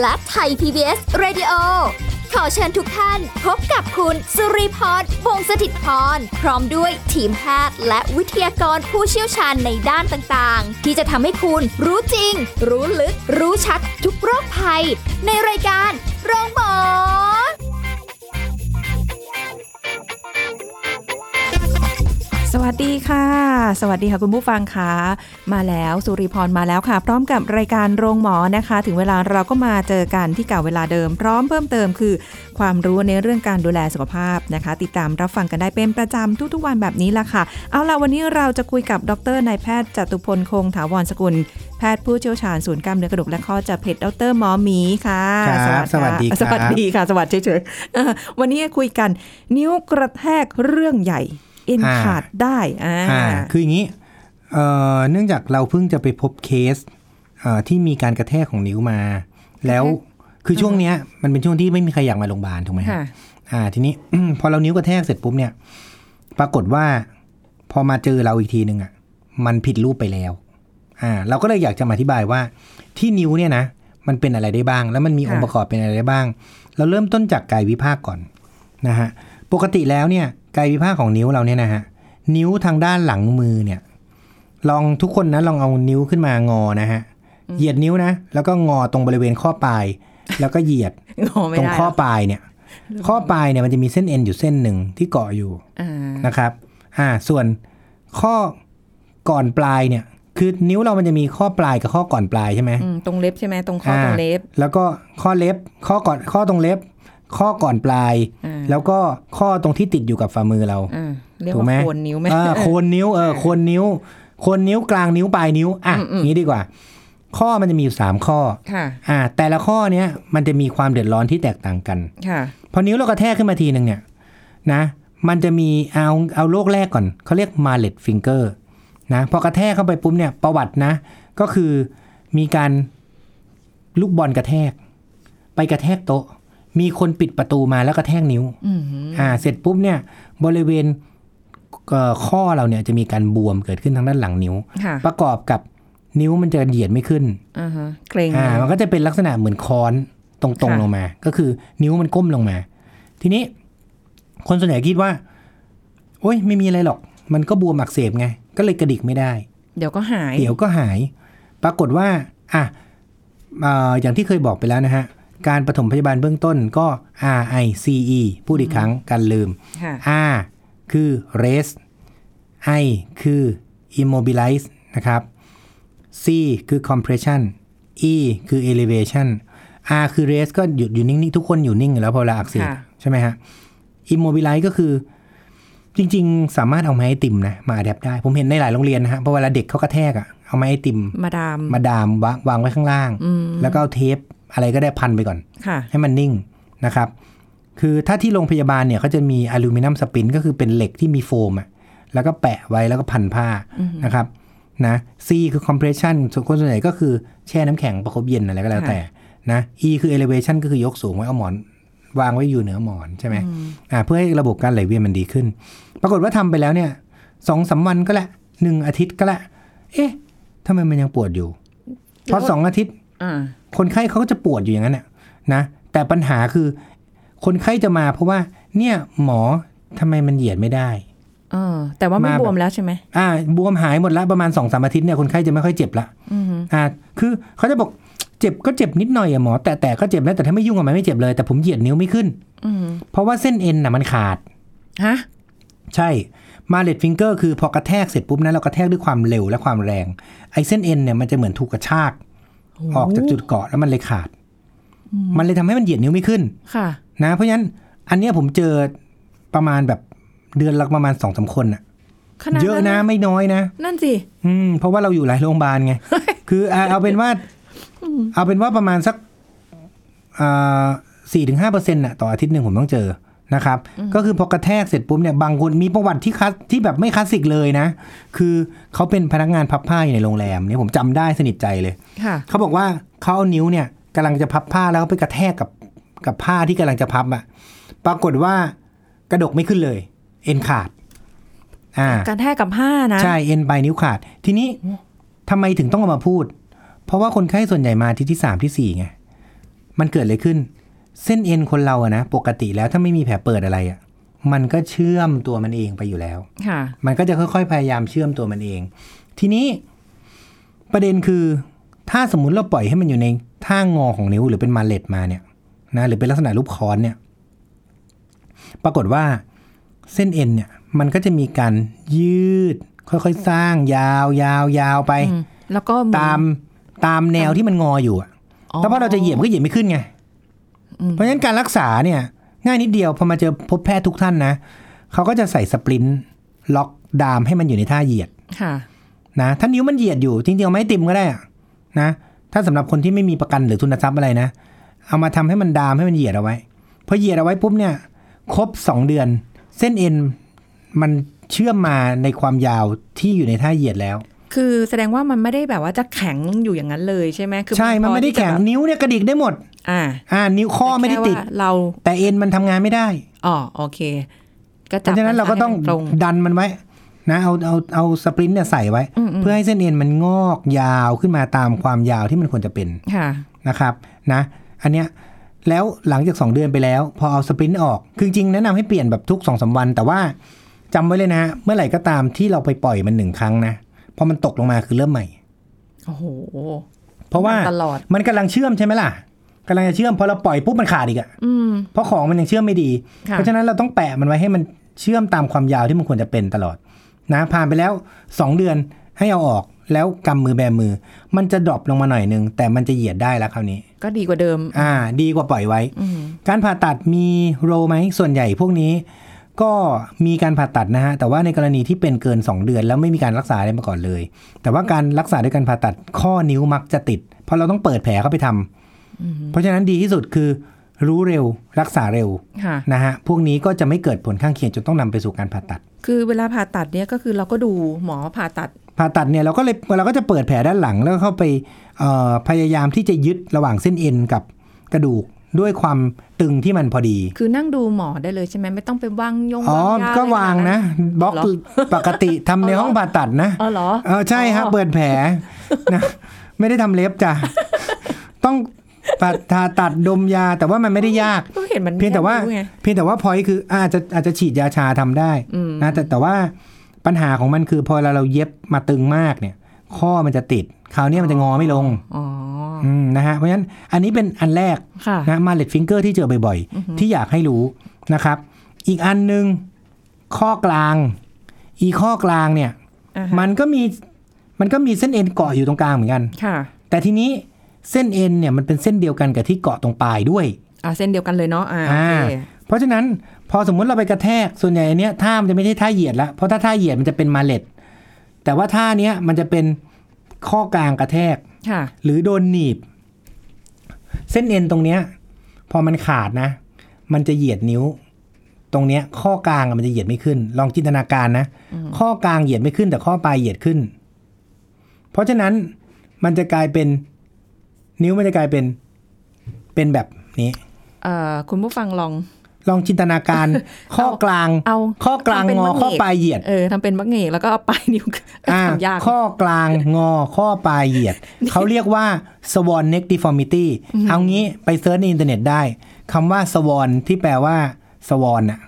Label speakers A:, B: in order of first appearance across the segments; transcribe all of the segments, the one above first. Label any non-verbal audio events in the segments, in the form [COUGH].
A: และไทย PBS Radio ขอเชิญทุกท่านพบกับคุณสุริพรวงศ์สถิตพร พร้อมด้วยทีมแพทย์และวิทยากรผู้เชี่ยวชาญในด้านต่างๆ ที่จะทำให้คุณรู้จริง รู้ลึก รู้ชัดทุกโรคภัย ในรายการโรงพยาบาล
B: สวัสดีค่ะ สวัสดีค่ะคุณผู้ฟังค่ะ มาแล้วสุริพรมาแล้วค่ะ พร้อมกับรายการโรงหมอนะคะ ถึงเวลาเราก็มาเจอกันที่เก่าเวลาเดิม พร้อมเพิ่มเติมคือ ความรู้ในเรื่องการดูแลสุขภาพนะคะ ติดตามรับฟังกันได้เป็นประจำทุกๆวันแบบนี้ละค่ะ เอาล่ะวันนี้เราจะคุยกับดรนายแพทย์จตุพลคงถาวรสกุล แพทย์ผู้เชี่ยวชาญศูนย์กล้ามเนื้อกระดูกและข้อจากเพจดรหมอหมีค่ะ
C: ครับ
B: ค่ะส
C: สวั
B: วั
C: ส
B: ส
C: ดีครับ
B: ดีค่ะสวัสดีเฉยๆเออวันนี้คุยกัน นิ้วกระแทกเรื่องใหญ่ เอ็น
C: อ่า
B: ขาดได้อ่า
C: อ่าคืออย่างนี้เอ่อเนื่องจากเราเพิ่งจะไปพบเคสเอ่อที่มีการกระแทกของนิ้วมา แล้วคือช่วงเนี้ยมันเป็นช่วงที่ไม่มีใครอยากมาโรงพยาบาลถูกไหมฮะ
B: ค่ะ
C: อ่าทีนี้ [CLEARS THROAT] พอเรานิ้วกระแทกเสร็จปุ๊บเนี่ย ปรากฏว่าพอมาเจอเราอีกทีหนึ่งอ่ะมันผิดรูปไปแล้วอ่าเราก็เลยอยากจะมาอธิบายว่า ที่นิ้วเนี่ยนะมันเป็นอะไรได้บ้าง แล้วมันมี
B: ค่ะ
C: องค์ประกอบเป็นอะไรได้บ้าง เราเริ่มต้นจากกายวิภาคก่อนนะฮะปกติแล้วเนี่ยกายวิภาคของนิ้วเราเนี่ยนะฮะนิ้วทางด้านหลังมือเนี่ย ลองทุกคนนะลองเอานิ้วขึ้นมางอนะฮะเหยียดนิ้วนะ แล้วก็งอตรงบริเวณข้อปลาย แล้วก็เหยียด
B: งอไม่
C: ตรง
B: ได้
C: ข้อปลายเนี่ย ข้อปลายเนี่ยมันจะมีเส้นเอ็นอยู่เส้นหนึ่งที่เกาะอยู่
B: อ่า
C: นะครับ อ่า ส่วนข้อก่อนปลายเนี่ย คือนิ้วเรามันจะมีข้อปลายกับข้อก่อนปลายใช่ไหม
B: อืมตรงเล็บใช่ไหมตรงข้อตรงเล็บ
C: าแล้วก็ข้อเล็บ ข้อก่อนข้อตรงเล็บ ข้อก่อนปลาย
B: อ่า
C: แล้วก็ข้อตรงที่ติดอยู่กับฝ่ามือเรา
B: อ่าเรียก
C: ถูก
B: ว่า
C: ไหม
B: โคนนิ้วไหม
C: เออโคนนิ้วเออโคนนิ้วโคนนิ้วกลางนิ้วปลายนิ้วอ่ะ
B: อืมอืม
C: อย่างนี้ดีกว่า ข้อมันจะมีอยู่สามข้อ
B: ค่ะ
C: อ่า แต่ละข้อเนี้ยมันจะมีความเดือดร้อนที่แตกต่างกัน
B: ค่ะ
C: พอนิ้วเรากระแทกขึ้นมาทีหนึ่งเนี่ยนะ มันจะมีเอาเอาโรคแรกก่อนเขาเรียกมาเล t ฟิงเกอร์นะพอกระแทกเข้าไปปุ๊บเนี่ยประวัตินะ ก็คือมีการลูกบอลกระแทก ไปกระแทกโต๊ะ มีคนปิดประตูมาแล้วกระแทกนิ้ว
B: อืมหือ
C: อ่าเสร็จปุ๊บเนี่ยบริเวณเอ่อข้อเราเนี่ยจะมีการบวมเกิดขึ้นทางด้านหลังนิ้ว
B: ค่ะ
C: ประกอบกับนิ้วมันจะเหยียดไม่ขึ้น
B: อ่าฮะเกรง
C: อ่ามันก็จะเป็นลักษณะเหมือนค้อนตรงๆลงมา ก็คือนิ้วมันก้มลงมา ทีนี้ คนส่วนใหญ่คิดว่า โอ้ยไม่มีอะไรหรอก มันก็บวมอักเสบไง ก็เลยกระดิกไม่ได้
B: เดี๋ยวก็หาย
C: เดี๋ยวก็หาย ปรากฏว่า อ่ะเอ่ออย่างที่เคยบอกไปแล้วนะฮะ การปฐมพยาบาลเบื้องต้นก็ R I C E พูดอีกครั้งการลืม
B: ค่ะ
C: R คือ rest I คือ immobilize นะครับ C คือ compression E คือ elevation R คือ rest ก็หยุดอยู่นิ่งๆ ทุกคนอยู่นิ่งอยู่แล้วพอเวลาอักเสบ
B: ค่ะ
C: ใช่ไหมฮะ immobilize ก็คือ จริงๆ สามารถเอาไม้ไอติมนะ มาอัดแอปได้ ผมเห็นในหลายโรงเรียนนะฮะเพอเวลาเด็กเขากระแทกอะเอาไม้ไอติม
B: มาดาม
C: มาดามวางวางไว้ข้างล่าง แล้วก็เอาเทปอะไรก็ได้พันไปก่อน
B: ค่ะ
C: ให้มันนิ่งนะครับ คือถ้าที่โรงพยาบาลเนี่ยเขาจะมีอลูมิเนียมสปินก็คือเป็นเหล็กที่มีโฟมอะแล้วก็แปะไว้แล้วก็พันผ้านะครับนะ C คือ compression ส่วนคนส่วนใหญ่ก็คือแช่น้ำแข็งประคบเย็นอะไรก็แล้วแต่นะ E คือ elevation ก็คือยกสูงไว้เอาหมอน วางไว้อยู่เหนือหมอนใช่ไหมอ่าเพื่อให้ระบบการไหลเวียนมันดีขึ้น ปรากฏว่าทำไปแล้วเนี่ยสองสามวันก็ละหนึ่งอาทิตย์ก็ละ เอ๊ะทำไมมันยังปวดอยู่พอสองอาทิตย์
B: อ่า
C: คนไข้เขาก็จะปวดอยู่อย่างนั้นน่ะนะ แต่ปัญหาคือ คนไข้จะมาเพราะว่า เนี่ยหมอทำไมมันเหยียดไม่ได้
B: เออแต่ว่าไม่
C: มาแบบ
B: บวมแล้วใช่ไหม
C: อ่าบวมหายหมดละประมาณสองสามอาทิตย์เนี่ยคนไข้จะไม่ค่อยเจ็บละ
B: อือหือ
C: อ่าคือเขาจะบอกเจ็บก็เจ็บนิดหน่อยอะหมอ แต่แต่ก็เจ็บแล้วแต่ถ้าไม่ยุ่งกับมันไม่เจ็บเลยแต่ผมเหยียดนิ้วไม่ขึ้น
B: อือหือ
C: เพราะว่าเส้นเอ็นน่ะมันขาด
B: ฮะ
C: ใช่มาเลตฟิงเกอร์คือพอกระแทกเสร็จปุ๊บนะเรากระแทกด้วยความเร็วและความแรงไอ้เส้นเอ็นเนี่ยมันจะเหมือนถูกกระชากออกจากจุดเกาะแล้วมันเลยขาด มันเลยทำให้มันเหยียดนิ้วไม่ขึ้น
B: ค่ะ
C: นะเพราะฉะนั้นอันเนี้ยผมเจอประมาณแบบเดือนละประมาณสองสาคนอะ
B: ขนาด
C: เยอะนะไม่น้อยนะ
B: นั่นสิ
C: อืมเพราะว่าเราอยู่หลายโรงพยาบาล [LAUGHS] ไง คืออ่ะเอาเป็นว่าเอาเป็นว่าประมาณสักสี่ถึงห้าเปอร์เซ็นต์ะต่ออาทิตย์หนึ่งผมต้องเจอนะครับ ก็คือพอกระแทกเสร็จปุ๊บเนี่ยบางคนมีประวัติที่คลาสที่แบบไม่คลาสสิกเลยนะ คือเขาเป็นพนักงานพับผ้าอยู่ในโรงแรมเนี่ยผมจำได้สนิทใจเลย
B: ค่ะ
C: เขาบอกว่าเขาเอานิ้วเนี่ยกำลังจะพับผ้าแล้วก็ไปกระแทกกับกับผ้าที่กำลังจะพับอะปรากฏว่ากระดกไม่ขึ้นเลย เอ็นขาด อ่า
B: การแทกกับผ้านะ
C: ใช่เอ็นปลายนิ้วขาด ทีนี้ทำไมถึงต้องเอามาพูด เพราะว่าคนไข้ส่วนใหญ่มาอาที่ที่สามที่สี่ไง มันเกิดอะไรขึ้น เส้นเอ็นคนเราอะนะปกติแล้วถ้าไม่มีแผลเปิดอะไรอะมันก็เชื่อมตัวมันเองไปอยู่แล้ว
B: ค่ะ
C: มันก็จะค่อยๆ พยายามเชื่อมตัวมันเอง ทีนี้ประเด็นคือ ถ้าสมมุติเราปล่อยให้มันอยู่ในท่างอของนิ้วหรือเป็นมาเล็ตมาเนี่ยนะหรือเป็นลักษณะรูปค้อนเนี่ย ปรากฏว่าเส้นเอ็นเนี่ย มันก็จะมีการยืด ค่อยๆ สร้างยาวยาวยาวไป
B: อืมแล้วก็เหอน
C: ตามตามแนวที่มันงออยู่อะ
B: อ๋อ
C: แล้วพอเราจะเหยียบก็เหยียบไม่ขึ้นไง เพราะฉะนั้นการรักษาเนี่ย ง่ายนิดเดียวพอมาเจอพบแพทย์ทุกท่านนะเขาก็จะใส่สปรินต์ล็อกดามให้มันอยู่ในท่าเหยียด
B: ค่ะ
C: นะถ้านิ้วมันเหยียดอยู่จริงๆเอาไม้ติมก็ได้อะนะถ้าสำหรับคนที่ไม่มีประกันหรือทุนทรัพย์อะไรนะ เอามาทำให้มันดามให้มันเหยียดเอาไว้พอเหยียดเอาไว้ปุ๊บเนี่ยครบสองเดือน เส้นเอ็นมันเชื่อมมาในความยาวที่อยู่ในท่าเหยียดแล้ว
B: คือแสดงว่ามันไม่ได้แบบว่าจะแข็งอยู่อย่างนั้นเลยใช่ไหมคือ
C: ใช่มันไม่ได้แข็ง
B: พอที่จะบบ
C: นิ้วเนี่ยกระดิกได้หมด
B: อ่า
C: อ่า นิ้วข้อไม่ได้ติด
B: แค่ว่าเรา
C: แต่เอ็นมันทำงานไม่ได้
B: อ๋อโอเคก็
C: เพ
B: จับ
C: ราะฉะนั้นเราก็ต้อง
B: ให้มันตรง
C: ดันมันไว้นะเอาเอาเอาสปรินต์เนี่ยใส่ไว้
B: อืมอืม
C: เพื่อให้เส้นเอ็นมันงอกยาวขึ้นมาตามความยาวที่มันควรจะเป็น
B: ค่ะ
C: นะครับนะอันเนี้ยแล้วหลังจาก 2 เดือนไปแล้ว พอเอาสปรินต์ออก คือจริงๆแนะนำให้เปลี่ยนแบบทุก2อสวัน แต่ว่าจำไว้เลยนะฮะเมื่อไหร่ก็ตามที่เราไปปล่อยมันหนึ่งครั้งนะพอมันตกลงมาคือเริ่มใหม่
B: โอ้โห
C: เพราะว่า
B: ตลอด
C: มันกำลังเชื่อมใช่ไหมล่ะกำลังจะเชื่อมพอเราปล่อยปุ๊บมันขาดอีกอะ
B: อืม
C: เพราะของมันยังเชื่อมไม่ดี
B: ค่ะ
C: เพราะฉะนั้นเราต้องแปะมันไว้ให้มันเชื่อมตามความยาวที่มันควรจะเป็นตลอด นะผ่านไปแล้ว 2 เดือนให้เอาออกแล้วกำมือแบมือ มันจะดรอปลงมาหน่อยนึง แต่มันจะเหยียดได้แล้วคราวนี้
B: ก็ดีกว่าเดิม
C: อ่า ดีกว่าปล่อยไว้
B: อืม
C: การผ่าตัดมีโรไหมส่วนใหญ่พวกนี้ ก็มีการผ่าตัดนะฮะแต่ว่าในกรณีที่เป็นเกิน 2 เดือน แล้วไม่มีการรักษาอะไรมาก่อนเลย แต่ว่าการรักษาด้วยการผ่าตัดข้อนิ้วมักจะติด เพราะเราต้องเปิดแผลเข้าไปทำเพราะฉะนั้นดีที่สุดคือ รู้เร็วรักษาเร็ว
B: ค่ะ
C: นะฮะ พวกนี้ก็จะไม่เกิดผลข้างเคียงจนต้องนำไปสู่การผ่าตัด
B: คือเวลาผ่าตัดเนี่ยก็คือเราก็ดูหมอผ่าตัด
C: ผ่าตัดเนี่ยเราก็เลยเราก็จะเปิดแผลด้านหลังแล้วก็เข้าไปเอ่อพยายามที่จะยึดระหว่างเส้นเอ็นกับกระดูกด้วยความตึงที่มันพอดี
B: คือนั่งดูหมอได้เลยใช่ไหมไม่ต้องไปวางยง
C: อ๋อ
B: ย
C: ก็วางนะ บล็อกปกติทำในห้องผ่าตัด
B: [LAUGHS]
C: นะ
B: อ๋อเหรอ
C: เออใช่ฮะ
B: อ๋อ
C: เปิดแผลนะ ไม่ได้ทำเล็บจ้ะ ต้องผ่าตัดดมยาแต่ว่ามันไม่ได้ยาก
B: ก็เห็นมัน
C: เพียงแต่ว่า
B: ไม่รู้ไง
C: เพียงแต่ว่าพอยคืออาจจะอาจจะฉีดยาชาทำได้
B: อืม
C: นะแต่แต่ว่าปัญหาของมันคือพอเราเราเย็บมาตึงมากเนี่ย ข้อมันจะติด คราวเนี้ยมันจะงอไม่ลง
B: อ๋อ
C: มนะฮะเพราะฉะนั้นอันนี้เป็นอันแรก
B: ค่ะ
C: นะมาเล็ตฟิงเกอร์ที่เจอบ่อยๆ ที่อยากให้รู้นะครับ อีกอันหนึ่งข้อกลาง อีข้อกลางเนี่ย
B: อ่าฮะ
C: มันก็มีมันก็มีเส้นเอ็นเกาะอยู่ตรงกลางเหมือนกัน
B: ค่ะ
C: แต่ทีนี้เส้นเอ็นเนี่ยมันเป็นเส้นเดียวกันกับที่เกาะตรงปลายด้วย
B: อ่าเส้นเดียวกันเลยเนาะ อ่าโอ
C: อ่า
B: เค
C: เพราะฉะนั้นพอสมมุติเราไปกระแทกส่วนใหญ่อันเนี้ยท่ามันจะไม่ใช่ท่าเหยียดละเพราะถ้าท่าเหยียดมันจะเป็นมาเล็ตแต่ว่าท่าเนี้ยมันจะเป็นข้อกลางกระแทก
B: ค่ะ
C: หรือโดนหนีบ เส้นเอ็นตรงเนี้ย พอมันขาดนะ มันจะเหยียดนิ้ว ตรงเนี้ย ข้อกลางอะมันจะเหยียดไม่ขึ้น ลองจินตนาการนะข้อกลางเหยียดไม่ขึ้น แต่ข้อปลายเหยียดขึ้น เพราะฉะนั้นมันจะกลายเป็น นิ้วมันจะกลายเป็นเป็นแบบนี้
B: เอ่อคุณผู้ฟังลอง
C: ลองจินตนา
B: [LAUGHS]
C: การ ข้อกลาง
B: เอา
C: ข้อกลาง
B: ทำเป็น
C: งอ
B: มะเห
C: ข้อ
B: น็บ
C: ปลายเหยียด
B: เออทำเป็นมักเหงกแล้วก็เอาปลายนิ้ว
C: อ่า
B: ทำยาก
C: ข้อกลางงอข้อปลายเหยียด เขาเรียกว่า swan neck deformity เอางี้ไปเซิร์ชในอินเทอร์เน็ตได้คำว่า swan ที่แปลว่า swan
B: [LAUGHS]
C: อะ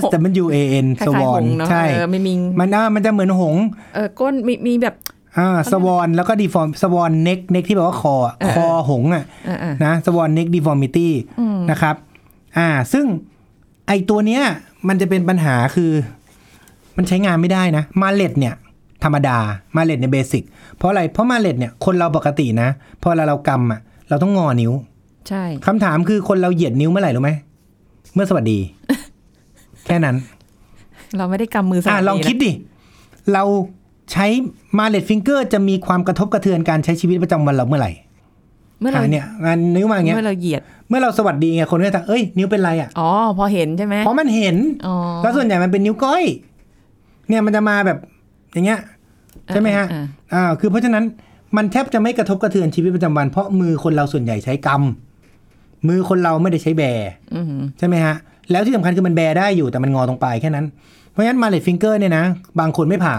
C: S W A N
B: คล้ายๆหง
C: swan
B: ส์เนอะ
C: ใช่
B: เออไม่มี
C: มันอ่ามันจะเหมือนหงส์
B: เออก้นมีมีแบบ
C: อ่า swan แล้วก็ deform swan neck neck ที่แปลว่าคออะ
B: เออ
C: คอหงส์อะ
B: อ่าอ่า
C: นะสวอนเน็กดีฟอร์มิตี้นะครับ อ่า ซึ่งไอตัวเนี้ย มันจะเป็นปัญหาคือ มันใช้งานไม่ได้นะ มาเล็ตเนี่ย ธรรมดา มาเล็ตเนี่ยเบสิกเพราะอะไร เพราะมาเล็ตเนี่ย คนเราปกตินะพอเราเรากำอ่ะ เราต้องงอนิ้ว
B: ใช่
C: คำถามคือคนเราเหยียดนิ้วเมื่อไหร่รู้ไหม เมื่อสวัส
B: [LAUGHS]
C: ดี แค่นั้น
B: เราไม่ได้กำมือส
C: อ่า
B: วัส
C: ลอง
B: นะ
C: คิดดิ เราใช้มาเล็ตฟิงเกอร์จะมีความกระทบกระเทือนการใช้ชีวิตประจำวันเราเมื่อไหร่
B: เมื่อเรา
C: อ่าเนี่ยงานนิ้วมาอย่างเงี้ย
B: เมื่อเราเหยียด
C: เมื่อเราสวัสดีไงคนก็จะเอ้ยนิ้วเป็นไรอ่ะ
B: อ๋อ พอเห็นใช่ไหม
C: เพราะมันเห็น
B: อ๋อ
C: แล้วส่วนใหญ่มันเป็นนิ้วก้อย เนี่ยมันจะมาแบบอย่างเงี้ย ใช่ไหมฮะ
B: อ่า
C: อ่า คือเพราะฉะนั้นมันแทบจะไม่กระทบกระเทือนชีวิตประจำวัน เพราะมือคนเราส่วนใหญ่ใช้กำมือคนเราไม่ได้ใช้แบ
B: อืม
C: ใช่ไหมฮะ แล้วที่สำคัญคือมันแบได้อยู่แต่มันงอตรงปลายแค่นั้น เพราะฉะนั้นมาเลตฟิงเกอร์เนี่ยนะ บางคนไม่ผ่า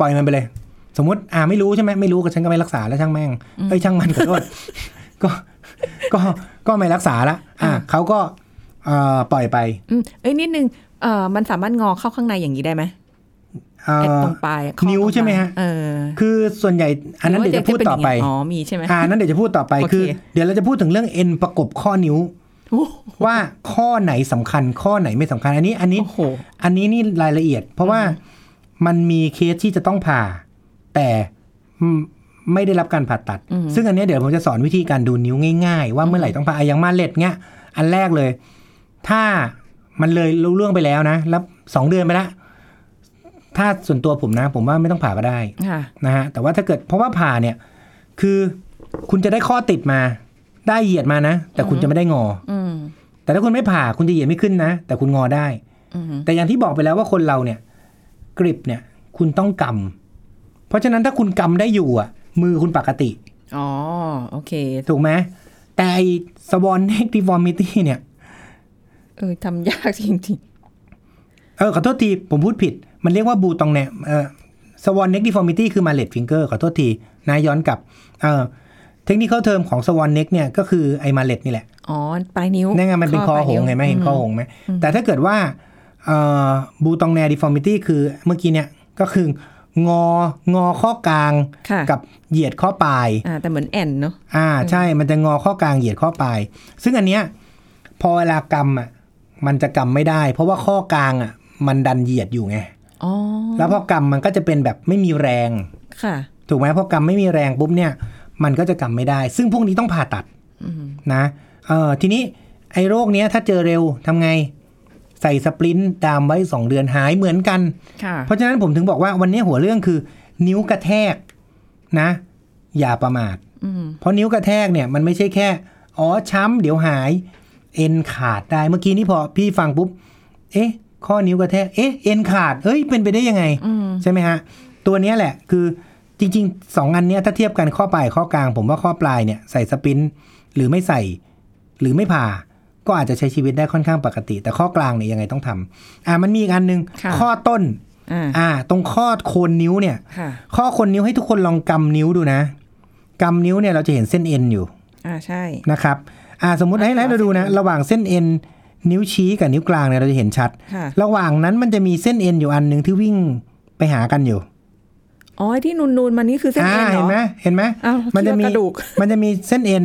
C: ปล่อยมันไปเลย [LAUGHS] สมมติอ่าไม่รู้ใช่ไหมไม่รู้ก็ฉันก็ไม่รักษาแล้วช่างแม่งเอ้ยช่างมันขอโทษ ก็ ก็ก็ไม่รักษาละอ่ะเขาก็เอ่อปล่อยไป
B: อืมเอ้ยนิดนึงเอ่อมันสามารถงอเข้าข้างในอย่างนี้ได้ไหม
C: เอ่อ
B: ไอ้ตรงปลายข้อ
C: นิ้ว
B: ตรงปลาย
C: ใช่ไหมฮะ
B: เออ
C: คือส่วนใหญ่อันนั้นเดี๋ยวจะพูดต่อไป
B: หรืว่าเกจะเนย่างนี้อ๋อมีใช่ไหม
C: อ่านั้นเดี๋ยวจะพูดต่อไป
B: โอเค
C: คือ เดี๋ยวเราจะพูดถึงเรื่องเอ็นประกบข้อ
B: [LAUGHS]
C: นิ้ว
B: โอ้
C: ว่าข้อไหนสำคัญข้อไหนไม่สำคัญ อันนี้อันนี้
B: โอ้โห
C: อันนี้นี่รายละเอียด เพราะว่ามันมีเคสที่จะต้องผ่า แต่อืมไม่ได้รับการผ่าตัด
B: อืม
C: ซึ่งอันเนี้ยเดี๋ยวผมจะสอนวิธีการดูนิ้วง่ายๆ ว่าเมื่อไหร่ต้องผ่าอะอย่างมาเล็ดเงี้ยอันแรกเลย ถ้ามันเลยรู้เรื่องไปแล้วนะแล้วสองเดือนไปละถ้าส่วนตัวผมนะ ผมว่าไม่ต้องผ่าก็ได้
B: ค่ะ
C: นะฮะแต่ว่าถ้าเกิดเพราะว่าผ่าเนี่ย คือคุณจะได้ข้อติดมา ได้เหยียดมานะ แต่คุณจะไม่ได้งอ
B: อืม
C: แต่ถ้าคุณไม่ผ่าคุณจะเหยียดไม่ขึ้นนะ แต่คุณงอได้
B: อืม
C: แต่อย่างที่บอกไปแล้วว่าคนเราเนี่ย กริปเนี่ย คุณต้องกำเพราะฉะนั้นถ้าคุณกำได้อยู่อ่ะ มือคุณปกติ
B: อ๋อโอเค
C: ถูกไหมแต่ไอสวอนเน็กติฟอร์มิตี้เนี่ย
B: เออทำยากจริง
C: เออขอโทษที ผมพูดผิด มันเรียกว่าบูตองแนเออสวอนเน็กดิฟอร์มิตี้คือมาเล t ฟิงเกอร์ขอโทษทีนะย้อนกลับเออเทคนิคเทอมของสวอนเน็กเนี่ยก็คือไอมาเล t นี่แหละ
B: ๆอ๋อปลายนิ้ว
C: นั่นไงมันเป็นคอ
B: ปลาย
C: หง
B: ว
C: ส์เห็นไหมเห็นคอหงส์ไหมแต่ถ้าเกิดว่าเออบูตองแนดิฟอร์มิตี้คือเมื่อกี้เนี่ยก็คืององอข้อกลาง
B: ค่ะ
C: กับเหยียดข้อปลาย
B: อ่าแต่เหมือนแอนเนาะ
C: อ่าใช่มันจะงอข้อกลางเหยียดข้อปลาย ซึ่งอันเนี้ยพอเวลากำอ่ะมันจะกำไม่ได้ เพราะว่าข้อกลางอ่ะมันดันเหยียดอยู่ไง
B: อ๋อ
C: แล้วพอกำมันก็จะเป็นแบบไม่มีแรง
B: ค่ะ
C: ถูกไหมพอกำไม่มีแรงปุ๊บเนี่ย มันก็จะกำไม่ได้ ซึ่งพวกนี้ต้องผ่าตัด
B: อืม
C: นะเออทีนี้ไอ้โรคเนี้ยถ้าเจอเร็วทำไง ใส่สปรินต์ดามไว้ 2 เดือนหายเหมือนกัน
B: ค่ะ
C: เพราะฉะนั้นผมถึงบอกว่าวันนี้หัวเรื่องคือ นิ้วกระแทกนะ อย่าประมาท
B: อืม
C: เพราะนิ้วกระแทกเนี่ยมันไม่ใช่แค่ อ๋อช้ำเดี๋ยวหาย เอ็นขาดได้เมื่อกี้นี่พอพี่ฟังปุ๊บ เอ๊ะ ข้อนิ้วกระแทกเอ๊ะเอ็นขาดเฮ้ยเป็นไปได้ยังไง
B: อืม
C: ใช่ไหมฮะ ตัวเนี้ยแหละคือจริงๆ 2 อันเนี้ยถ้าเทียบกันข้อปลายข้อกลาง ผมว่าข้อปลายเนี่ยใส่สปรินท์หรือไม่ใส่หรือไม่ผ่า ก็อาจจะใช้ชีวิตได้ค่อนข้างปกติ แต่ข้อกลางเนี่ยยังไงต้องทำอ่ามันมีอีกอันหนึง
B: ะ
C: ข้อต้น
B: อ่า
C: อ่า ตรงข้อโคนนิ้วเนี่ย
B: ค่ะ
C: ข้อโคนนิ้วให้ทุกคนลองกำนิ้วดูนะกำนิ้วเนี่ยเราจะเห็นเส้นเอ็นอยู่
B: อ่าใช่
C: นะครับอ่าสมมติให้ให้เราดูนะ ระหว่างเส้นเอ็นนิ้วชี้กับนิ้วกลางเนี่ยเราจะเห็นชัด
B: ค่ะ
C: ระหว่างนั้นมันจะมีเส้นเอ็นอยู่อันหนึ่งที่วิ่งไปหากันอยู่
B: อ๋อไอ้ที่นูนนูนๆมานี่คือเส้นเอ็นเหรอ
C: เห็นไหมเห็นไหม
B: อ้าว
C: มันจะมี
B: คิดว่ากระดูก
C: มันจะมีเส้นเอ็น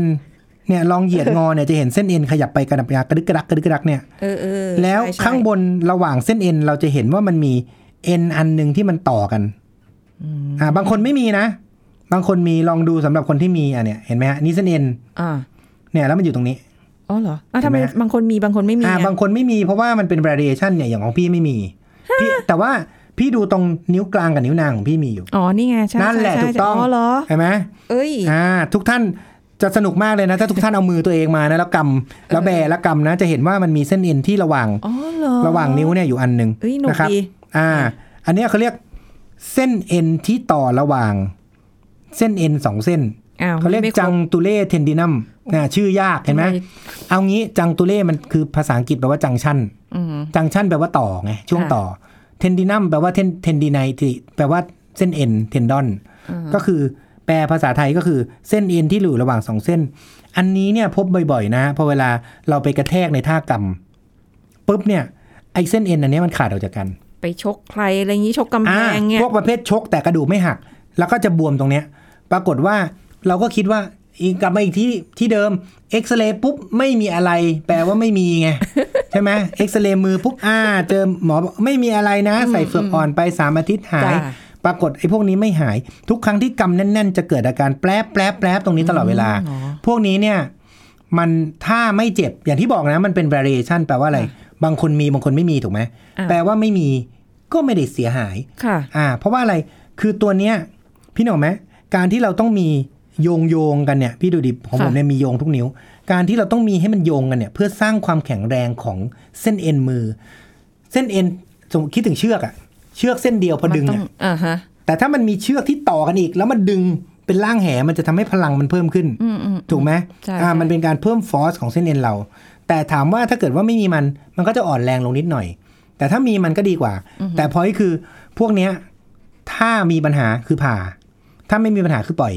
C: เนี่ยลองเหยียดงอเนี่ยจะเห็นเส้นเอ็นขยับไปกระดับกระดึกกระดักกระดึกกระดักเนี่ย
B: เออเออ
C: แล้ว
B: ใช่ใช่
C: ข้างบนระหว่างเส้นเอ็นเราจะเห็นว่ามันมีเอ็นอันหนึ่งที่มันต่อกันอ่าบางคนไม่มีนะ บางคนมีลองดูสำหรับคนที่มีอ่ะเนี่ยเห็นไหมฮะนี่เส้นเอ็น
B: อ่า
C: เนี่ยแล้วมันอยู่ตรงนี้
B: อ๋อเหรออ่ะทำไม
C: เห็นไหมฮะ
B: บางคนมีบางคนไม่มี
C: อ่า
B: อ่ะ
C: บางคนไม่มีเพราะว่ามันเป็น variation เนี่ยอย่างของพี่ไม่มีพี่แต่ว่าพี่ดูตรงนิ้วกลางกับนิ้วนางของพี่มีอยู่
B: อ๋อนี่ไงใช่
C: นั่นแหละ
B: ใช่
C: ถูก
B: ใช่
C: ต้อง
B: อ๋อเหรอ
C: เห็นไหม
B: เอ้ย
C: อ่าทุกท่านจะสนุกมากเลยนะ ถ้าทุกท่านเอามือตัวเองมานะแล้วกำแล้วแบแล้วกำนะ จะเห็นว่ามันมีเส้นเอ็นที่ระหว่าง
B: อ๋อเหรอ
C: ระหว่างนิ้วเนี่ยอยู่อันหนึ่ง
B: เอ้ยหนุก
C: นะครั
B: ดี
C: อ่า อันเนี้ยเขาเรียกเส้นเอ็นที่ต่อระหว่าง เส้นเอ็นสองเส้น
B: อ้าว
C: เขาเรียก
B: ไม่คบ
C: จังตุเล่เทนดินัมนะชื่อยากเห็นไหมเอางี้จังตุเล่มันคือภาษาอังกฤษแปลว่าจังชั่น
B: อืม
C: จังชั่นแปลว่าต่อไงช่วง
B: ค่ะ
C: ต่อเทนดินัมแปลว่าเทนเทนดิไนติแปลว่าเส้นเอ็นเทนดอน
B: อ่า
C: ก็คือแปลภาษาไทยก็คือเส้นเอ็นที่อยู่ระหว่างสองเส้น อันนี้เนี่ยพบบ่อยๆนะพอเวลาเราไปกระแทกในท่ากรรมปุ๊บเนี่ยไอเส้นเอ็นอันเนี้ยมันขาดออกจากกัน
B: ไปชกใครอะไรอย่างงี้ชกกำแพ
C: อ่าง
B: เนี่ย
C: พวกประเภทชกแต่กระดูกไม่หัก แล้วก็จะบวมตรงเนี้ย ปรากฏว่าเราก็คิดว่าอีกกลับมาอีกที่ที่เดิมเอ็กซเรย์ปุ๊บไม่มีอะไร แปลว่าไม่มีไง [LAUGHS] ใช่ไหมเอ็กซเรย์มือปุ๊บอ่าเจอหมอบอกไม่มีอะไรนะ ใส่เฟือกอ่อนไปสามอาทิตย์หาย
B: จ้ะ
C: ปรากฏไอ้พวกนี้ไม่หาย ทุกครั้งที่กำแน่น ๆ จะเกิดอาการแปรแปรแปรตรงนี้ตลอดเวลา
B: อ๋อ
C: พวกนี้เนี่ยมันถ้าไม่เจ็บอย่างที่บอกนะ มันเป็น variation แปลว่าอะไร บางคนมีบางคนไม่มีถูกไหม
B: อ่ะ
C: แปลว่าไม่มีก็ไม่ได้เสียหาย
B: ค่ะ
C: อ่า เพราะว่าอะไรคือตัวเนี้ยพี่หนกไหมการที่เราต้องมีโยงโยงๆกันเนี่ยพี่ดูดิของ
B: ค่ะ
C: ผมเนี่ยมีโยงทุกนิ้ว การที่เราต้องมีให้มันโยงกันเนี่ย เพื่อสร้างความแข็งแรงของเส้นเอ็นมือ เส้นเอ็นสมมติคิดถึงเชือกอะเชือกเส้นเดียวพอดึง
B: มันต้
C: อะ
B: อ่าฮะ
C: แต่ถ้ามันมีเชือกที่ต่อกันอีก แล้วมันดึงเป็นร่างแหมันจะทำให้พลังมันเพิ่มขึ้น
B: อืมอืม
C: ถูกไหม
B: ใช่
C: อ่า
B: ใช่
C: มันเป็นการเพิ่มฟอสของเส้นเอ็นเรา แต่ถามว่าถ้าเกิดว่าไม่มีมัน มันก็จะอ่อนแรงลงนิดหน่อย แต่ถ้ามีมันก็ดีกว่า แต่พอยคือพวกเนี้ย ถ้ามีปัญหาคือผ่า ถ้าไม่มีปัญหาคือปล่อย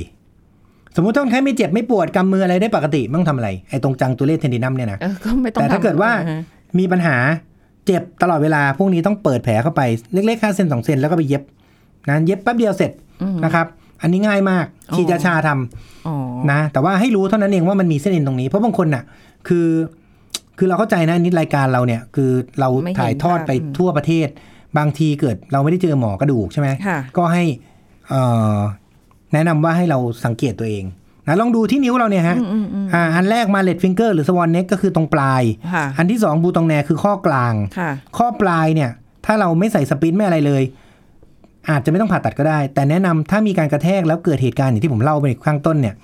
C: สมมุติถ้าคนไข้ไม่เจ็บไม่ปวดกำมืออะไรได้ปกติไม่ต้องทำอะไรไอ้ตรงจังตัวเลทเทนดินัมเนี่ยนะ
B: เออก็ไม่ต้อง
C: แต่ถ้า
B: ทำ
C: เกิดว่า
B: อ่ฮะ
C: มีปัญหาเจ็บตลอดเวลา พวกนี้ต้องเปิดแผลเข้าไปเล็กๆแค่เซนสองเซนแล้วก็ไปเย็บนะเย็บแป๊บเดียวเสร็จ
B: อืม
C: นะครับ อันนี้ง่ายมาก
B: อ๋อ
C: ฉีดยาชาทำ
B: อ๋อ
C: นะ แต่ว่าให้รู้เท่านั้นเองว่ามันมีเส้นเอ็นตรงนี้ เพราะบางคนน่ะ คือ คือเราเข้าใจนะอันนี่รายการเราเนี่ย คือเราถ่ายทอดไปทั่วประเทศ บางทีเกิดเราไม่ได้เจอหมอกระดูกใช่ไหม
B: ค่ะ
C: ก็ให้เอ่อแนะนำว่าให้เราสังเกตตัวเองนะลองดูที่นิ้วเราเนี่ยฮะ
B: อืมอืมอืม
C: อ่าอันแรกมาเลดฟิงเกอร์หรือสวอนเน็กก็คือตรงปลาย
B: ค่ะ
C: อันที่สองบูตองแนคือข้อกลาง
B: ค่ะ
C: ข้อปลายเนี่ย ถ้าเราไม่ใส่สปรินท์ไม่อะไรเลย อาจจะไม่ต้องผ่าตัดก็ได้ แต่แนะนำถ้ามีการกระแทกแล้วเกิดเหตุการณ์อย่างที่ผมเล่าไปข้างต้นเนี่ย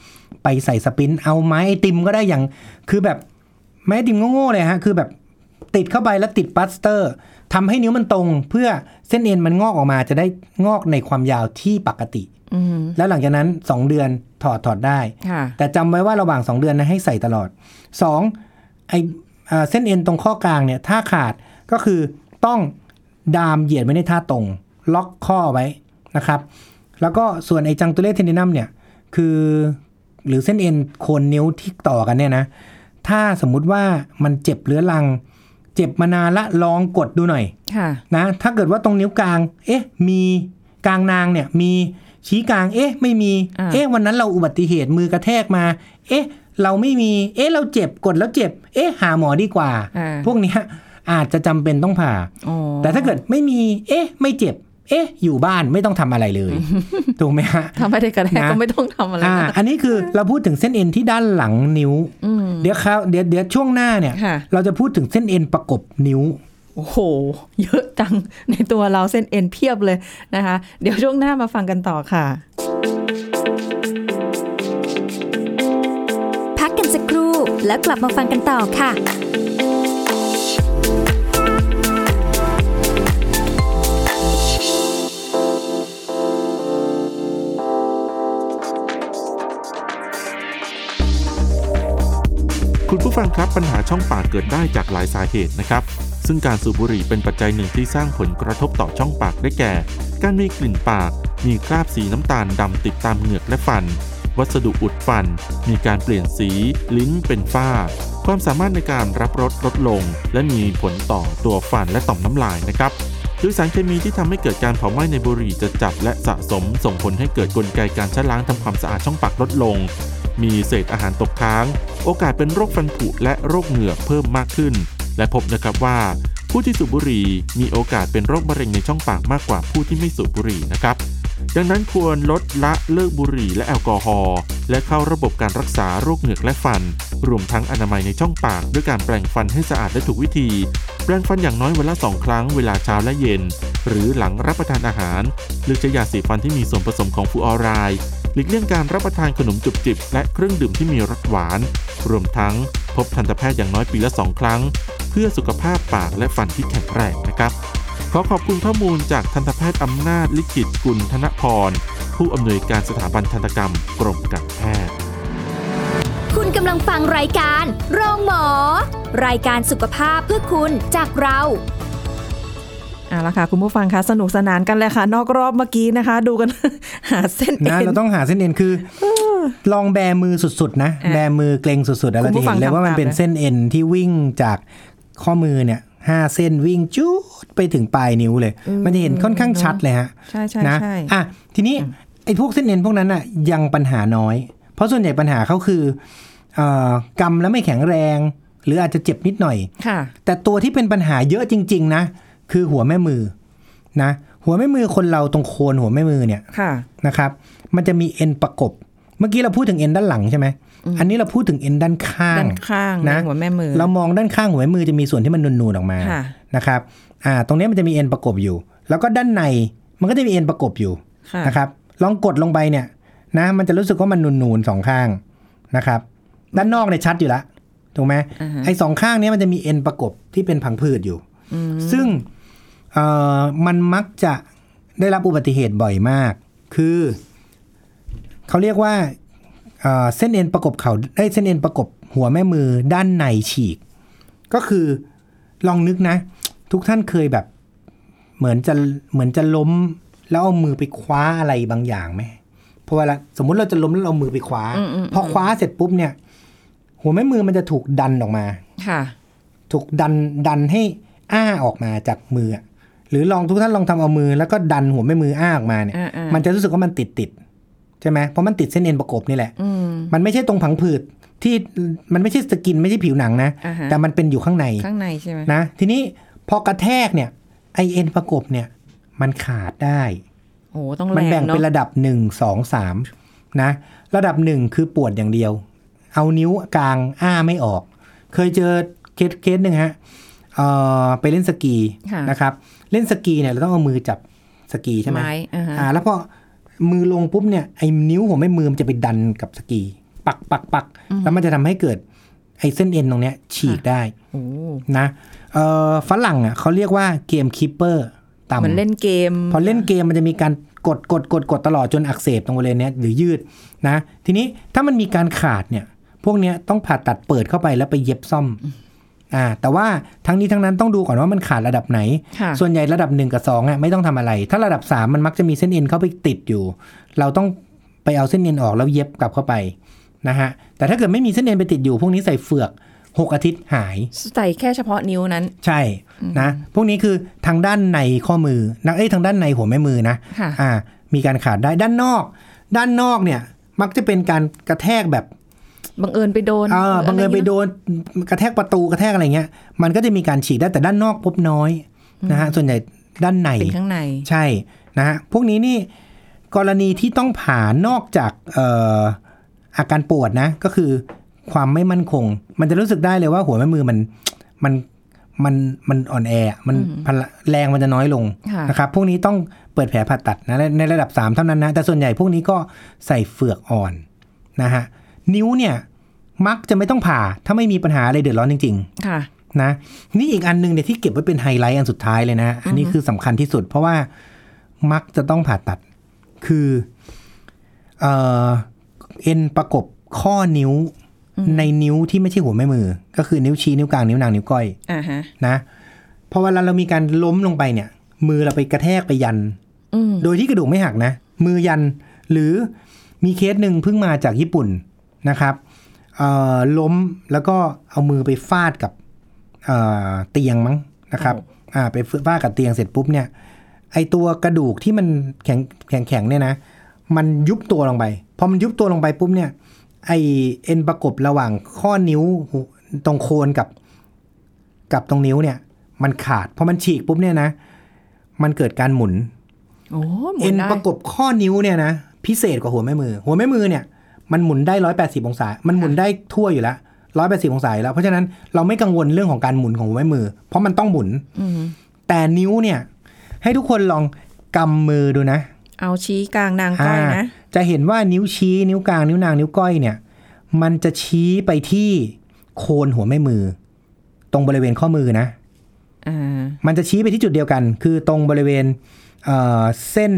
C: ไปใส่สปรินท์เอาไม้ไอติมก็ได้อย่าง คือแบบไม้ไอติมโง่ๆเลยฮะคือแบบติดเข้าไปแล้วติดปลัสเตอร์ทำให้นิ้วมันตรง เพื่อเส้นเอ็นมันงอกออกมาจะได้งอกในความยาวที่ปกติ
B: อืม
C: แล้วหลังจากนั้น 2 เดือนถอดถอดได้
B: ค่ะ
C: แต่จำไว้ว่าระหว่าง 2 เดือนนะให้ใส่ตลอด 2. ไอเอ่อเส้นเอ็นตรงข้อกลางเนี่ย ถ้าขาดก็คือต้องดามเหยียดไว้ในท่าตรง ล็อกข้อไว้นะครับ แล้วก็ส่วนไอจังตุเลเทนนินัมเนี่ย คือหรือเส้นเอ็นโคนนิ้วที่ต่อกันเนี่ยนะ ถ้าสมมุติว่ามันเจ็บเรื้อรัง เจ็บมานานละลองกดดูหน่อย
B: ค่ะ
C: นะถ้าเกิดว่าตรงนิ้วกลาง เอ๊ะ มีกลางนางเนี่ย มีชี้กลาง เอ๊ะ ไม่มี
B: อ่า
C: เอ๊ะ วันนั้นเราอุบัติเหตุมือกระแทกมา เอ๊ะ เราไม่มี เอ๊ะ เราเจ็บกดแล้วเจ็บ เอ๊ะ หาหมอดีกว่า
B: อ่า
C: พวกเนี้ยอาจจะจำเป็นต้องผ่า
B: อ๋อ
C: แต่ถ้าเกิดไม่มี เอ๊ะ ไม่เจ็บ เอ๊ะ อยู่บ้านไม่ต้องทำอะไรเลย
B: [LAUGHS]
C: ถูกไหมฮะ
B: ถ้าไม่ได้กระแทก
C: นะ
B: ก็ไม่ต้องทำอะไร
C: อ่า อันนี้คือเราพูดถึงเส้นเอ็นที่ด้านหลังนิ้ว
B: อืม
C: เดี๋ยวครับเดี๋ยวเดี๋ยวช่วงหน้าเนี่ย
B: ค่ะ
C: เราจะพูดถึงเส้นเอ็นประกบนิ้ว
B: โอ้โห เยอะจัง ในตัวเราเส้นเอ็นเพียบเลยนะคะ เดี๋ยวช่วงหน้ามาฟังกันต่อค่ะ
A: พักกันสักครู่แล้วกลับมาฟังกันต่อค่ะ
D: คุณผู้ฟังครับปัญหาช่องปากเกิดได้จากหลายสาเหตุนะครับ ซึ่งการสูบบุหรี่เป็นปัจจัยหนึ่งที่สร้างผลกระทบต่อช่องปากได้แก่ การมีกลิ่นปาก มีคราบสีน้ำตาลดำติดตามเหงือกและฟัน วัสดุอุดฟัน มีการเปลี่ยนสี ลิ้นเป็นฝ้า ความสามารถในการรับรสลดลง และมีผลต่อตัวฟันและต่อมน้ำลายนะครับโดยสารเคมีที่ทำให้เกิดการเผาไหม้ในบุหรี่จะจับและสะสม ส่งผลให้เกิดกลไกการชะล้างทำความสะอาดช่องปากลดลง มีเศษอาหารตกค้าง โอกาสเป็นโรคฟันผุและโรคเหงือกเพิ่มมากขึ้น และพบนะครับว่า ผู้ที่สูบบุหรี่มีโอกาสเป็นโรคมะเร็งในช่องปากมากกว่าผู้ที่ไม่สูบบุหรี่นะครับ ดังนั้นควรลดละเลิกบุหรี่และแอลกอฮอล์และเข้าระบบการรักษาโรคเหงือกและฟัน รวมทั้งอนามัยในช่องปากด้วยการแปรงฟันให้สะอาดและถูกวิธี แปรงฟันอย่างน้อยวันละสองครั้งเวลาเช้าและเย็น หรือหลังรับประทานอาหารเลือกใช้ยาสีฟันที่มีส่วนผสมของฟลูออไรด์ หลีกเลี่ยงการรับประทานขนมจุบจิบและเครื่องดื่มที่มีรสหวาน รวมทั้งพบทันตแพทย์อย่างน้อยปีละ 2 ครั้ง เพื่อสุขภาพปากและฟันที่แข็งแรงนะครับ ขอขอบคุณข้อมูลจากทันตแพทย์อำนาจลิขิตกุลธนพร ผู้อำนวยการสถาบันทันตกรรมกรมการแพทย์
A: คุณกำลังฟังรายการ โรงหมอ รายการสุขภาพเพื่อคุณจากเรา
B: เอาละค่ะ คุณผู้ฟังคะสนุกสนานกันเลยค่ะ นอกรอบเมื่อกี้นะคะ ดูกัน หาเส้นเอ็น
C: นะเราต้องหาเส้นเอ็นคือ ลองแบมือสุดๆนะ
B: อ่ะ
C: แบมือเกรงสุดๆแล้ว
B: คุ
C: เรา
B: ณผู้
C: จะ
B: ฟั
C: เห็
B: ง
C: นเลยว่ามัน
B: ทำตาม
C: เป็น
B: นะ
C: เส้นเอ็นที่วิ่งจากข้อมือเนี่ยห้าเส้นวิ่งจุดไปถึงปลายนิ้วเลย มันจะเห็นค่อนข้างชัดเลยฮะ
B: ใช่ใช่
C: นะ
B: ใช่
C: อ่ะทีนี้ไอ้พวกเส้นเอ็นพวกนั้นอ่ะยังปัญหาน้อย เพราะส่วนใหญ่ปัญหาเขาคือเอ่อกำแล้วไม่แข็งแรง หรืออาจจะเจ็บนิดหน่อย
B: ค่ะ
C: แต่ตัวที่เป็นปัญหาเยอะจริง ๆ นะ คือหัวแม่มือนะหัวแม่มือคนเราตรงโคนหัวแม่มือเนี่ย
B: ค่ะ
C: นะครับ มันจะมีเอ็นประกบ เมื่อกี้เราพูดถึงเอ็นด้านหลังใช่ไหม อันนี้เราพูดถึงเอ็นด้านข้าง
B: ด้านข้าง
C: นะ
B: ในหัวแม่มือ
C: เรามองด้านข้างหัวแม่มือจะมีส่วนที่มันนูนๆออกมา
B: ค่ะ
C: นะครับ อ่า ตรงเนี้ยมันจะมีเอ็นประกบอยู่ แล้วก็ด้านในมันก็จะมีเอ็นประกบอยู่
B: ค่ะ
C: นะครับ ลองกดลงไปเนี่ยนะ มันจะรู้สึกว่ามันนูนๆสองข้างนะครับ ด้านนอกเนี่ยชัดอยู่ละ ถูกไหม
B: อ่าฮะ
C: ไอ้สองข้างเนี้มันจะมีเอ็นประกบที่เป็นผังผืดอยู่
B: อืม
C: ซึ่งเอ่อมันมักจะได้รับอุบัติเหตุบ่อยมาก คือเขาเรียกว่าเอ่อเส้นเอ็นประกบเขาได้ยเส้นเอ็นประกบหัวแม่มือด้านในฉีก ก็คือลองนึกนะ ทุกท่านเคยแบบ เหมือนจะเหมือนจะล้ม แล้วเอามือไปคว้าอะไรบางอย่างไหม เพราะเวลาสมมุติเราจะล้มแล้วเรามือไปคว้า
B: อืมอืมอืม
C: พอคว้าเสร็จปุ๊บเนี่ย หัวแม่มือมันจะถูกดันออกมา
B: ค่ะ
C: ถูกดันดันให้อ้าออกมาจากมืออะหรือลองทุกท่านลองทำเอามือ แล้วก็ดันหัวแม่มืออ้าออกมาเนี่ย
B: อ่าๆ
C: มันจะรู้สึกว่ามันติดติดๆใช่ไหมเพราะมันติดเส้นเอ็นประกบนี่แหละ
B: อืม
C: มันไม่ใช่ตรงผังผืดที่มันไม่ใช่สกินไม่ใช่ผิวหนังนะ
B: อ่าฮะ
C: แต่มันเป็นอยู่ข้างใน
B: ข้างในใช่ไหม
C: นะ ทีนี้พอกระแทกเนี่ยไอเอ็นประกบเนี่ยมันขาดได้
B: โอ้โหต้อง
C: มั
B: แร
C: น
B: ง
C: แบ่ง
B: เนาะ
C: เป็นระดับหนึ่งสองสามนะ ระดับหนึ่งคือปวดอย่างเดียว เอานิ้วกลางอ้าไม่ออก เคยเจอเคสเคสหนึ่งฮะเอ่อไปเล่นสกีนะครับ เล่นสกีเนี่ยเราต้องเอามือจับสกีใช่ไหม
B: ไม้อ่าฮะ
C: อ่า แล้วพอมือลงปุ๊บเนี่ยไอ้นิ้วหัวไม่มือมันจะไปดันกับสกี ปักปักปักแล้วมันจะทำให้เกิดไอ้เส้นเอ็นตรงเนี้ยฉีกได้
B: โอ้โห
C: นะเอ่อฝรั่งอ่ะเขาเรียกว่าเกมคิปเปอร์ต่ำ
B: เหมือนเล่นเกม
C: พอเล่นเกมมันจะมีการกดกดกดกดตลอดจนอักเสบตรงบริเวณเนี้ยหรือยืดนะ ทีนี้ถ้ามันมีการขาดเนี่ย พวกเนี้ยต้องผ่าตัดเปิดเข้าไปแล้วไปเย็บซ่อมอ่าแต่ว่าทั้งนี้ทั้งนั้นต้องดูก่อนว่ามันขาดระดับไหน
B: ค่ะ
C: ส่วนใหญ่ระดับ 1 กับ2อ่ะไม่ต้องทำอะไร ถ้าระดับ 3 มันมักจะมีเส้นเอ็นเข้าไปติดอยู่ เราต้องไปเอาเส้นเอ็นออกแล้วเย็บกลับเข้าไปนะฮะแต่ถ้าเกิดไม่มีเส้นเอ็นไปติดอยู่พวกนี้ใส่เฟือกหกอาทิตย์หาย
B: ใส่แค่เฉพาะนิ้วนั้น
C: ใช่นะ พวกนี้คือทางด้านในข้อมือนะเอ้ยทางด้านในหัวแม่มือนะ
B: ค่ะ
C: อ่า มีการขาดได้ด้านนอก ด้านนอกเนี่ย มักจะเป็นการกระแทกแบบ
B: บังเอิญไปโดน
C: เออ
B: หรืะร
C: บังเอิญไปโดนกระแทกประตูกระแทกอะไรเงี้ย มันก็จะมีการฉีดได้แต่ด้านนอกพบน้อยนะฮะส่วนใหญ่ด้านใน
B: เป็นข้างใน
C: ใช่นะฮะพวกนี้นี่กรณีที่ต้องผ่านอกจากเอ่ออาการปวดนะ ก็คือความไม่มั่นคง มันจะรู้สึกได้เลยว่าหัวแม่มือมันมันมันมันอ่อนแอมันพละแรงมันจะน้อยลง
B: ค่ะ
C: นะครับพวกนี้ต้องเปิดแผลผ่าตัดนะในในระดับ 3 เท่านั้นนะ แต่ส่วนใหญ่พวกนี้ก็ใส่เฟือกอ่อนนะฮะนิ้วเนี่ยมักจะไม่ต้องผ่าถ้าไม่มีปัญหาอะไรเดือดร้อนจริง ๆ
B: ค่ะ
C: นะนี่อีกอันหนึงเนี่ยที่เก็บไว้เป็นไฮไลท์อันสุดท้ายเลยนะ อันนี้คือสำคัญที่สุด เพราะว่ามักจะต้องผ่าตัด คือเอ่อเอ็นประกบข้อนิ้วในนิ้วที่ไม่ใช่หัวแม่มือ ก็คือนิ้วชี้นิ้วกลางนิ้วนางนิ้วก้อย
B: อ่าฮะ
C: นะพอเวลาเรามีการล้มลงไปเนี่ย มือเราไปกระแทกไปยัน
B: อืม
C: โดยที่กระดูกไม่หักนะ มือยันหรือมีเคสหนึ่งเพิ่งมาจากญี่ปุ่นนะครับเอ่อล้มแล้วก็เอามือไปฟาดกับเอ่อเตียงมั้งนะครับอ่าไปฟาดกับเตียงเสร็จปุ๊บเนี่ย ไอตัวกระดูกที่มันแข็งแข็งแข็งเนี่ยนะ มันยุบตัวลงไปพอมันยุบตัวลงไปปุ๊บเนี่ย ไอเอ็นประกบระหว่างข้อนิ้วตรงโคนกับ กับตรงนิ้วเนี่ย มันขาดพอมันฉีกปุ๊บเนี่ยนะ มันเกิดการหมุน
B: โอ้หมุ
C: เอ็
B: น
C: น
B: ได้
C: ประกบข้อนิ้วเนี่ยนะพิเศษกว่าหัวแม่มือ หัวแม่มือเนี่ย มันหมุนได้ร้อยแปดสิบองศา มันหมุนได้ทั่วอยู่แล้วร้อยแปดสิบองศาอยู่แล้ว เพราะฉะนั้นเราไม่กังวลเรื่องของการหมุนของหัวแม่มือ เพราะมันต้องหมุน
B: อืม
C: แต่นิ้วเนี่ย ให้ทุกคนลองกำมือดูนะ
B: เอาชี้กลางนางก้อย
C: อ่า
B: นะ
C: จะเห็นว่านิ้วชี้นิ้วกลางนิ้วนางนิ้วก้อยเนี่ย มันจะชี้ไปที่โคนหัวแม่มือ ตรงบริเวณข้อมือนะ
B: อ่า
C: มันจะชี้ไปที่จุดเดียวกัน คือตรงบริเวณเอ่อเส้น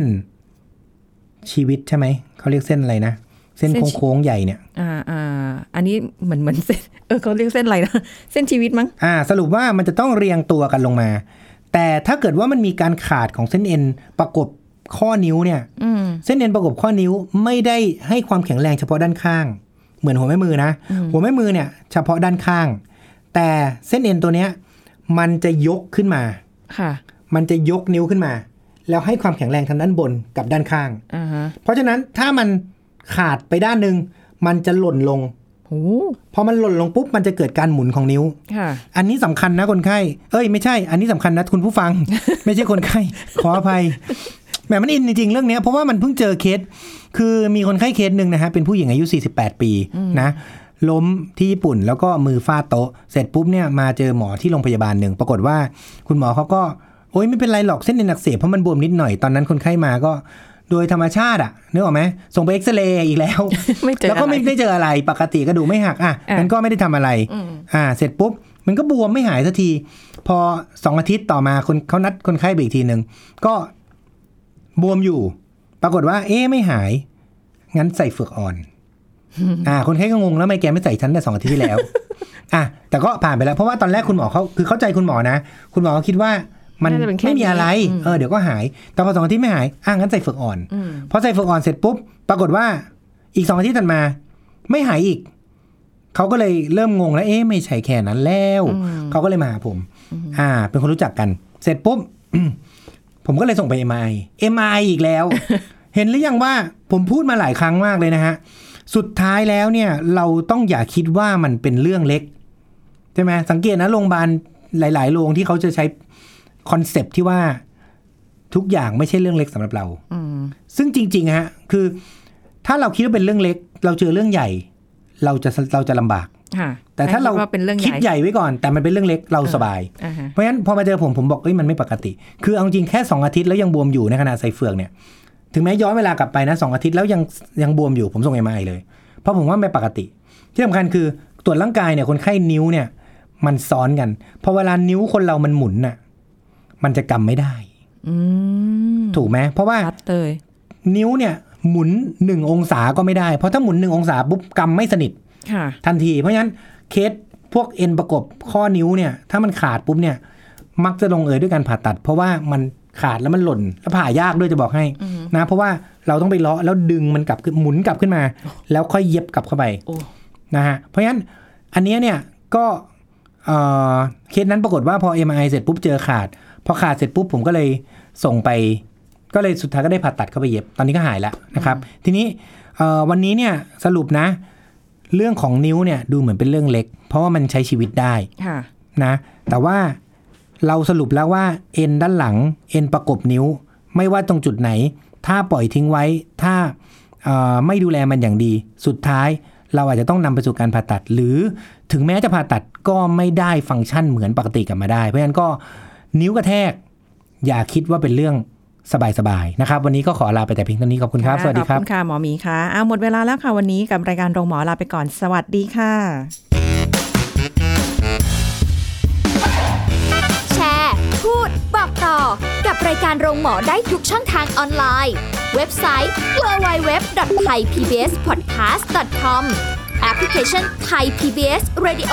C: ชีวิตใช่ไหม เขาเรียกเส้นอะไรนะ เส้น
B: เส้นชี
C: โค้งๆใหญ่เนี่ย
B: อ่าอ่าอันนี้เหมือนเหมือนเส้น เออเขาเรียกเส้นอะไรนะ เส้นชีวิตมั้ง
C: อ่า สรุปว่ามันจะต้องเรียงตัวกันลงมา แต่ถ้าเกิดว่ามันมีการขาดของเส้นเอ็นประกบข้อนิ้วเนี่ย
B: อืม
C: เส้นเอ็นประกบข้อนิ้วไม่ได้ให้ความแข็งแรงเฉพาะด้านข้าง เหมือนหัวแม่มือนะ หัวแม่มือเนี่ยเฉพาะด้านข้าง แต่เส้นเอ็นตัวเนี้ยมันจะยกขึ้นมา
B: ค่ะ
C: มันจะยกนิ้วขึ้นมา แล้วให้ความแข็งแรงทางด้านบนกับด้านข้าง
B: อ่าฮะ
C: เพราะฉะนั้นถ้ามันขาดไปด้านหนึ่งมันจะหล่นลง
B: โห
C: พอมันหล่นลงปุ๊บมันจะเกิดการหมุนของนิ้ว
B: ค่ะ
C: อันนี้สำคัญนะคนไข้ เอ้ยไม่ใช่ อันนี้สำคัญนะคุณผู้ [LAUGHS] ฟัง ไม่ใช่คนไข้ ขออภัยแหมมันอินจริงๆเรื่องเนี้ยเพราะว่ามันเพิ่งเจอเคส คือมีคนไข้เคสหนึ่งนะฮะเป็นผู้หญิงอายุ 48 ปีนะล้มที่ญี่ปุ่นแล้วก็มือฟาดโต๊ะ เสร็จปุ๊บเนี่ยมาเจอหมอที่โรงพยาบาลหนึ่งปรากฏว่าคุณหมอเขาก็ โอ๊ยไม่เป็นไรหรอกเส้นเอ็นอักเสบเพราะมันบวมนิดหน่อยตอนนั้นคนไข้มาก็ โดยธรรมชาติอะนึกออกไหมส่งไปเอ็กซเรย์อีกแล้ว
B: ไม่เจอ
C: แล้วก็ไม่
B: อะไร
C: ได้เจออะไรปกติกระดูกไม่หักอ่ะ
B: อ่ะ
C: มันก็ไม่ได้ทำอะไร
B: อืม
C: อ่าเสร็จปุ๊บ มันก็บวมไม่หายสักที พอสองอาทิตย์ต่อมาคนเขานัดคนไข้ไปอีกทีหนึ่งก็บวมอยู่ ปรากฏว่า เอ๊ะไม่หาย งั้นใส่เฟือกอ่อน อ่า คนไข้ก็งงแล้วทำไม่แกไม่ใส่ฉันแต่สองอาทิต
B: [LAUGHS]
C: ย์ที่แล้ว อ่ะแต่ก็ผ่านไปแล้ว เพราะว่าตอนแรกคุณหมอเขาคือเข้าใจคุณหมอนะ คุณหมอเขาคิดว่า มัน
B: น่าจะเป็นแค่
C: ไม่มีอะไร
B: นี้อืม
C: เออเดี๋ยวก็หาย แต่พอสองอาทิตย์ไม่หายอ่ะงั้นใส่เฝือกอ่อน
B: อืม
C: พอใส่เฝือกอ่อนเสร็จปุ๊บ ปรากฏว่าอีกสองอาทิตย์ถัดมา ไม่หายอีก เขาก็เลยเริ่มงงแล้ว เอ๊ะไม่ใช่แค่นั้นแล้ว
B: อืม
C: เขาก็เลยมาหาผม
B: อืม
C: อ่า เป็นคนรู้จักกัน เสร็จปุ๊บ [CLEARS THROAT] ผมก็เลยส่งไป MI MI อีกแล้ว
B: [LAUGHS]
C: เห็นหรือยังว่าผมพูดมาหลายครั้งมากเลยนะฮะ สุดท้ายแล้วเนี่ย เราต้องอย่าคิดว่ามันเป็นเรื่องเล็ก ใช่ไหมสังเกตนะโรงพยาบาลหลายๆโรงที่เขาจะใช้คอนเซปต์ที่ว่าทุกอย่างไม่ใช่เรื่องเล็กสำหรับเรา
B: อืม
C: ซึ่งจริงๆฮะ คือ ถ้าเราคิดว่าเป็นเรื่องเล็ก เราเจอเรื่องใหญ่ เราจะเราจะลำบาก
B: ค่ะ
C: แต่ถ้าเรา
B: คิดว่าเป็นเรื่อง
C: คิดใหญ่ไว้ก่อน แต่มันเป็นเรื่องเล็กเราสบาย
B: อ่าฮะ
C: เพราะฉะนั้นพอมาเจอผมผมบอกเอ้ยมันไม่ปกติ คือเอาจริงแค่สองอาทิตย์แล้วยังบวมอยู่ในขณะใส่เฟือกเนี่ย ถึงแม้ย้อนเวลากลับไปนะสองอาทิตย์แล้วยังยังบวมอยู่ผมส่งเอ็มไอเลย เพราะผมว่าไม่ปกติ ที่สำคัญคือตรวจร่างกายเนี่ยคนไข้นิ้วเนี่ย มันซ้อนกันพอเวลานิ้วคนเรามันหมุนน่ะมันจะกำไม่ได้
B: อืม
C: ถูกไหมเพราะว่า
B: ชัดเลย
C: นิ้วเนี่ยหมุน 1 องศาก็ไม่ได้ เพราะถ้าหมุน 1 องศาปุ๊บกำไม่สนิท
B: ค่ะ
C: ทันที เพราะฉะนั้นเคสพวกเอ็นประกบข้อนิ้วเนี่ยถ้ามันขาดปุ๊บเนี่ยมักจะลงเอยด้วยการผ่าตัด เพราะว่ามันขาดแล้วมันหล่น แล้วผ่ายากด้วยจะบอกให้
B: อือฮึ
C: นะเพราะว่าเราต้องไปเลาะแล้วดึงมันกลับขึ้นหมุนกลับขึ้นมา แล้วค่อยเย็บกลับเข้าไป
B: โอ้
C: นะฮะเพราะฉะนั้นอันเนี้ยเนี่ยก็เอ่อเคสนั้นปรากฏว่าพอ MRI เสร็จปุ๊บเจอขาดพอขาดเสร็จปุ๊บผมก็เลยส่งไป ก็เลยสุดท้ายก็ได้ผ่าตัดเข้าไปเย็บ ตอนนี้ก็หายแล้วนะครับ ทีนี้เอ่อวันนี้เนี่ยสรุปนะ เรื่องของนิ้วเนี่ยดูเหมือนเป็นเรื่องเล็ก เพราะว่ามันใช้ชีวิตได้
B: ค่ะ
C: นะ แต่ว่าเราสรุปแล้วว่าเอ็นด้านหลังเอ็นประกบนิ้ว ไม่ว่าตรงจุดไหน ถ้าปล่อยทิ้งไว้ ถ้าเอ่อไม่ดูแลมันอย่างดี สุดท้ายเราอาจจะต้องนำไปสู่การผ่าตัด หรือถึงแม้จะผ่าตัดก็ไม่ได้ฟังก์ชันเหมือนปกติกลับมาได้ เพราะฉะนั้นก็นิ้วกระแทก อย่าคิดว่าเป็นเรื่องสบายๆนะครับ วันนี้ก็ขอลาไปแต่เพียงเท่านี้ขอบคุณครับ สวัสดีค
B: ข
C: รั
B: อบ บคุณค่ะ หมอหมีค่ะเอาหมดเวลาแล้วค่ะวันนี้กับรายการโรงหมอลาไปก่อน สวัสดีค่ะ
A: แชร์ พูด บอกต่อ กับรายการโรงหมอได้ทุกช่องทางออนไลน์ เว็บไซต์ www.thaipbspodcast.com แอปพลิเคชัน Thai PBS Radio